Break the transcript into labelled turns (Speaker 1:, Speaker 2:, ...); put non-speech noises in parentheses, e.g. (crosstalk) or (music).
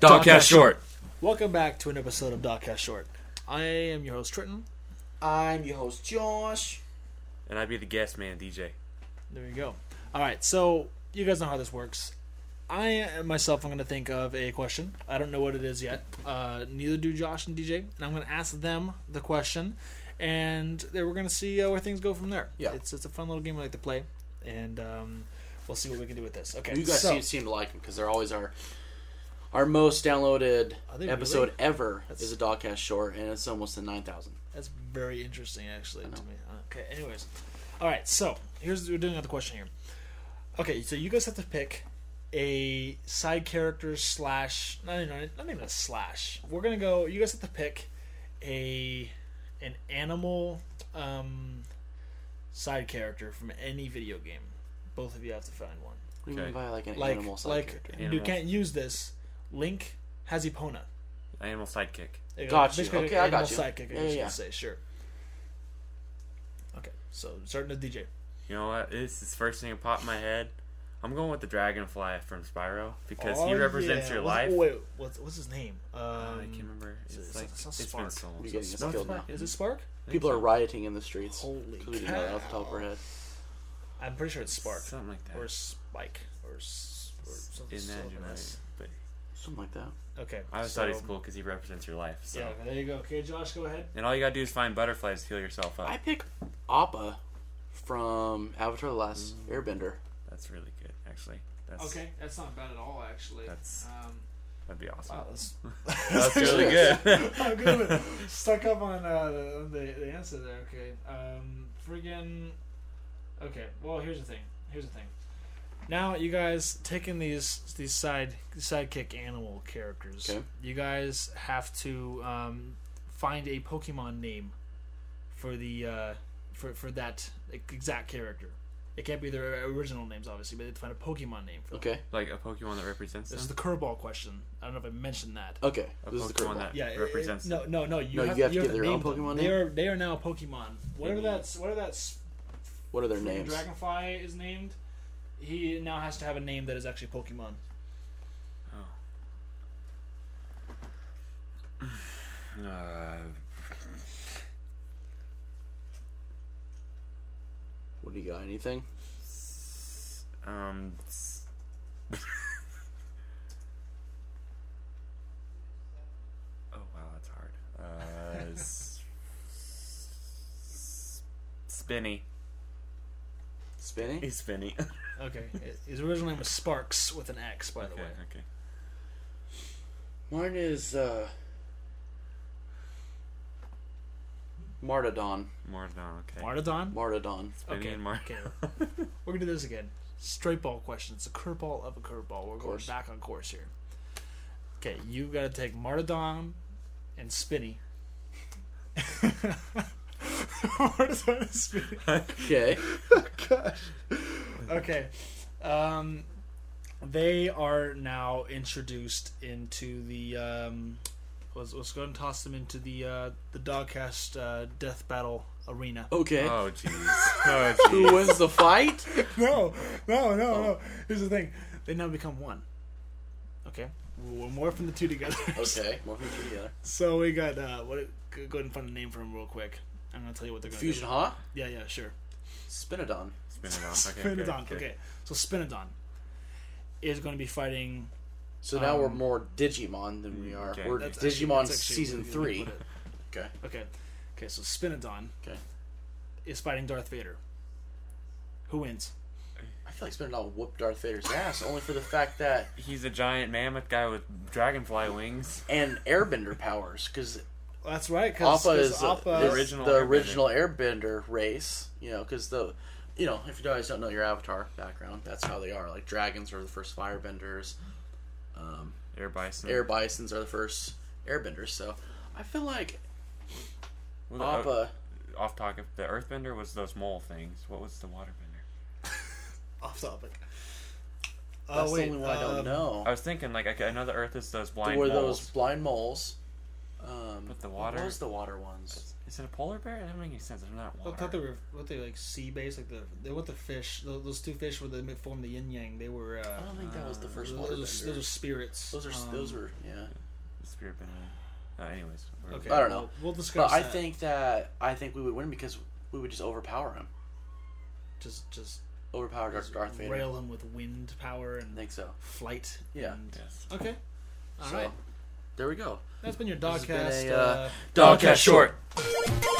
Speaker 1: Dog Dogcast Short.
Speaker 2: Welcome back to an episode of Dogcast Short. I am your host Trenton.
Speaker 3: I'm your host Josh.
Speaker 1: And I'd be the guest man, DJ.
Speaker 2: There you go. All right, so you guys know how this works. I myself, I'm going to think of a question. I don't know what it is yet. Uh, neither do Josh and DJ, and I'm going to ask them the question, and then we're going to see uh, where things go from there.
Speaker 3: Yeah.
Speaker 2: it's it's a fun little game we like to play, and um, we'll see what we can do with this. Okay,
Speaker 3: You guys
Speaker 2: so-
Speaker 3: seem, seem to like them because they're always our our most downloaded
Speaker 2: Are they
Speaker 3: episode
Speaker 2: really?
Speaker 3: ever
Speaker 2: That's-
Speaker 3: is a Dogcast short, and it's almost a nine thousand.
Speaker 2: That's very interesting, actually, to me. Okay, anyways. All right, so here's we're doing another question here. Okay, so you guys have to pick a side character slash not even, not even a slash. We're gonna go. You guys have to pick a an animal um, side character from any video game. Both of you have to find one.
Speaker 3: What do you
Speaker 1: Okay.
Speaker 3: mean by like an
Speaker 2: Like
Speaker 3: animal side
Speaker 2: like
Speaker 3: character?
Speaker 2: you
Speaker 1: Animal.
Speaker 2: can't use this. Link has Epona.
Speaker 1: Animal sidekick.
Speaker 2: There you
Speaker 3: Got you.
Speaker 2: Basically,
Speaker 3: Okay, I
Speaker 2: animal
Speaker 3: got you.
Speaker 2: Sidekick, I
Speaker 3: Yeah,
Speaker 2: guess
Speaker 3: yeah,
Speaker 2: you
Speaker 3: yeah.
Speaker 2: could say sure. Okay, so starting to DJ.
Speaker 1: You know what? This is the first thing that popped in my head. I'm going with the dragonfly from Spyro because he
Speaker 2: Oh,
Speaker 1: represents
Speaker 2: yeah.
Speaker 1: your
Speaker 2: What's-
Speaker 1: life.
Speaker 2: oh, wait, what's what's his name? Um,
Speaker 1: Uh, I can't remember. It's,
Speaker 2: it's-
Speaker 1: like
Speaker 2: it's
Speaker 1: it's
Speaker 2: not
Speaker 1: been
Speaker 2: Spark.
Speaker 1: so
Speaker 3: You're
Speaker 1: long.
Speaker 3: getting
Speaker 1: since-
Speaker 3: us
Speaker 1: no, it's
Speaker 3: killed
Speaker 1: Spark,
Speaker 3: now.
Speaker 2: Is
Speaker 1: it?
Speaker 2: it Spark?
Speaker 1: I think
Speaker 3: People
Speaker 1: so.
Speaker 3: are rioting in the streets.
Speaker 2: Holy
Speaker 3: 'cause we didn't know that off the top of our head.
Speaker 2: I'm pretty sure it's Spark
Speaker 1: Something like that.
Speaker 2: or Spike or, s- or something.
Speaker 1: Isn't that
Speaker 2: something
Speaker 1: right?
Speaker 2: else.
Speaker 1: But
Speaker 3: Something like that.
Speaker 2: Okay.
Speaker 1: I always
Speaker 2: so,
Speaker 1: thought he's cool because he represents your life. So.
Speaker 2: Yeah, there you go. Okay, Josh, go ahead.
Speaker 1: And all you gotta do is find butterflies to heal yourself up.
Speaker 3: I pick Appa from Avatar: The Last Airbender.
Speaker 1: That's really good, actually. That's,
Speaker 2: Okay, that's not bad at all, actually.
Speaker 1: That's-
Speaker 2: um,
Speaker 1: That'd be awesome.
Speaker 2: wow, (laughs) that's,
Speaker 1: (laughs) That's really good. (laughs)
Speaker 2: I'm good. Stuck up on uh, the, the the answer there. Okay. Um. Friggin. Okay. Well, here's the thing. Here's the thing. Now you guys taking these these side sidekick animal characters.
Speaker 3: Okay.
Speaker 2: You guys have to um, find a Pokemon name for the uh, for for that e-, exact character. It can't be their uh, original names, obviously, but they have to find a Pokemon name for. them.
Speaker 3: Okay.
Speaker 1: like a Pokemon that represents
Speaker 2: This is
Speaker 1: them.
Speaker 2: the curveball question. I don't know if I mentioned that.
Speaker 3: Okay.
Speaker 1: A
Speaker 3: This is the
Speaker 1: Pokemon
Speaker 3: curveball.
Speaker 1: that
Speaker 2: Yeah, it-
Speaker 1: represents
Speaker 2: it, no, no, no. You
Speaker 3: No,
Speaker 2: have,
Speaker 3: you have to
Speaker 2: you
Speaker 3: give their own
Speaker 2: name them.
Speaker 3: Pokemon
Speaker 2: They
Speaker 3: name?
Speaker 2: are they are now Pokemon. Whatever
Speaker 3: mean-
Speaker 2: that's whatever that's
Speaker 3: What are their
Speaker 2: freaking
Speaker 3: names?
Speaker 2: Dragonfly is named, he now has to have a name that is actually Pokemon.
Speaker 1: them. (sighs) Uh,
Speaker 3: What do you got? Anything?
Speaker 1: um, (laughs) s- oh wow, that's hard. Uh, s- s- spinny.
Speaker 3: Spinning.
Speaker 1: He's (laughs) spinny.
Speaker 2: Okay, his original name was Sparks with an X, by the
Speaker 1: okay,
Speaker 2: way.
Speaker 1: okay.
Speaker 3: Mine is uh Martadon.
Speaker 1: Mardon, okay.
Speaker 2: Martadon.
Speaker 3: Martadon.
Speaker 1: spinny
Speaker 2: okay,
Speaker 1: and Mar- (laughs)
Speaker 2: okay. We're gonna do this again. Straight ball question. It's a curveball of a curveball. We're going
Speaker 3: course.
Speaker 2: back on course here. Okay, you got to take Martadon and Spinny. (laughs) Martadon and Spinny.
Speaker 3: Okay.
Speaker 2: (laughs) Okay. Um, they are now introduced into the. Um, let's, let's go and toss them into the uh, the Dogcast uh, Death Battle Arena.
Speaker 3: Okay.
Speaker 1: Oh jeez. Oh
Speaker 3: Who
Speaker 1: jeez.
Speaker 3: wins the fight?
Speaker 2: No, no, no, no. Here's the thing: they now become one. Okay, we're morphing the two together.
Speaker 3: (laughs)
Speaker 2: (laughs)
Speaker 3: Okay. Morph them two together.
Speaker 2: So we got uh, what? Go ahead and find a name for him real quick. I'm gonna tell you what they're gonna
Speaker 3: Fusion
Speaker 2: do.
Speaker 3: Hot?
Speaker 2: Yeah, yeah, sure.
Speaker 3: Spinadon.
Speaker 1: Spin it on.
Speaker 2: (laughs)
Speaker 1: Okay, good,
Speaker 2: Spinadon.
Speaker 1: good.
Speaker 2: okay, so Spinadon is going to be fighting
Speaker 3: So now we're
Speaker 2: Um,
Speaker 3: more Digimon than we are.
Speaker 1: okay.
Speaker 3: We're
Speaker 2: That's actually-
Speaker 3: Digimon
Speaker 2: that's actually
Speaker 3: season
Speaker 2: a really
Speaker 3: three.
Speaker 2: good way to put
Speaker 3: Okay.
Speaker 2: it. Okay. Okay, so Spinadon
Speaker 3: Okay.
Speaker 2: is fighting Darth Vader. Who wins?
Speaker 3: I feel like Spinadon whooped Darth Vader's ass only for the fact that
Speaker 1: He's a giant mammoth guy with dragonfly wings.
Speaker 3: and airbender powers because
Speaker 2: That's right,
Speaker 3: Appa is uh,
Speaker 2: Appa,
Speaker 3: the
Speaker 1: original
Speaker 3: original,
Speaker 1: Airbender.
Speaker 3: original airbender race. You know, because the, you know, if you guys don't know your avatar background, that's how they are. Like dragons are the first firebenders, Um,
Speaker 1: Air bison.
Speaker 3: air bisons are the first airbenders. So I feel like
Speaker 1: Well, uh,
Speaker 3: Appa.
Speaker 1: off topic. The earthbender was those mole things. What was the waterbender?
Speaker 2: off topic. Oh
Speaker 3: That's
Speaker 2: wait,
Speaker 3: the only one I don't
Speaker 2: um,
Speaker 3: know.
Speaker 1: I was thinking like okay, another Earth is those blind
Speaker 3: were
Speaker 1: moles.
Speaker 3: those blind moles? Um,
Speaker 1: But the
Speaker 3: What
Speaker 1: water-
Speaker 3: was the water ones?
Speaker 1: Is it a polar bear? That doesn't make any sense. They're not
Speaker 2: I
Speaker 1: water.
Speaker 2: thought they were what they like sea based, like the they what the fish tho- those two fish were the that formed the yin yang. They were uh,
Speaker 3: I don't think that was the first
Speaker 2: those,
Speaker 3: water.
Speaker 2: those, those are spirits.
Speaker 3: Those are
Speaker 2: Um,
Speaker 3: those were yeah.
Speaker 1: The Spirit bender. Uh, anyways. we're-
Speaker 2: Okay,
Speaker 3: I don't
Speaker 2: well,
Speaker 3: know.
Speaker 2: We'll discuss.
Speaker 3: But I
Speaker 2: that.
Speaker 3: think that I think we would win because we would just overpower him.
Speaker 2: just just
Speaker 3: Overpower Darth, Darth Vader.
Speaker 2: rail him with wind power
Speaker 3: I
Speaker 2: and
Speaker 3: think so.
Speaker 2: flight.
Speaker 3: Yeah.
Speaker 2: and-
Speaker 1: Yes.
Speaker 2: Okay. All
Speaker 3: so,
Speaker 2: right.
Speaker 3: There we go.
Speaker 2: That's been your
Speaker 3: This has been
Speaker 2: dogcast.
Speaker 3: a, uh,
Speaker 2: uh,
Speaker 3: Dogcast short.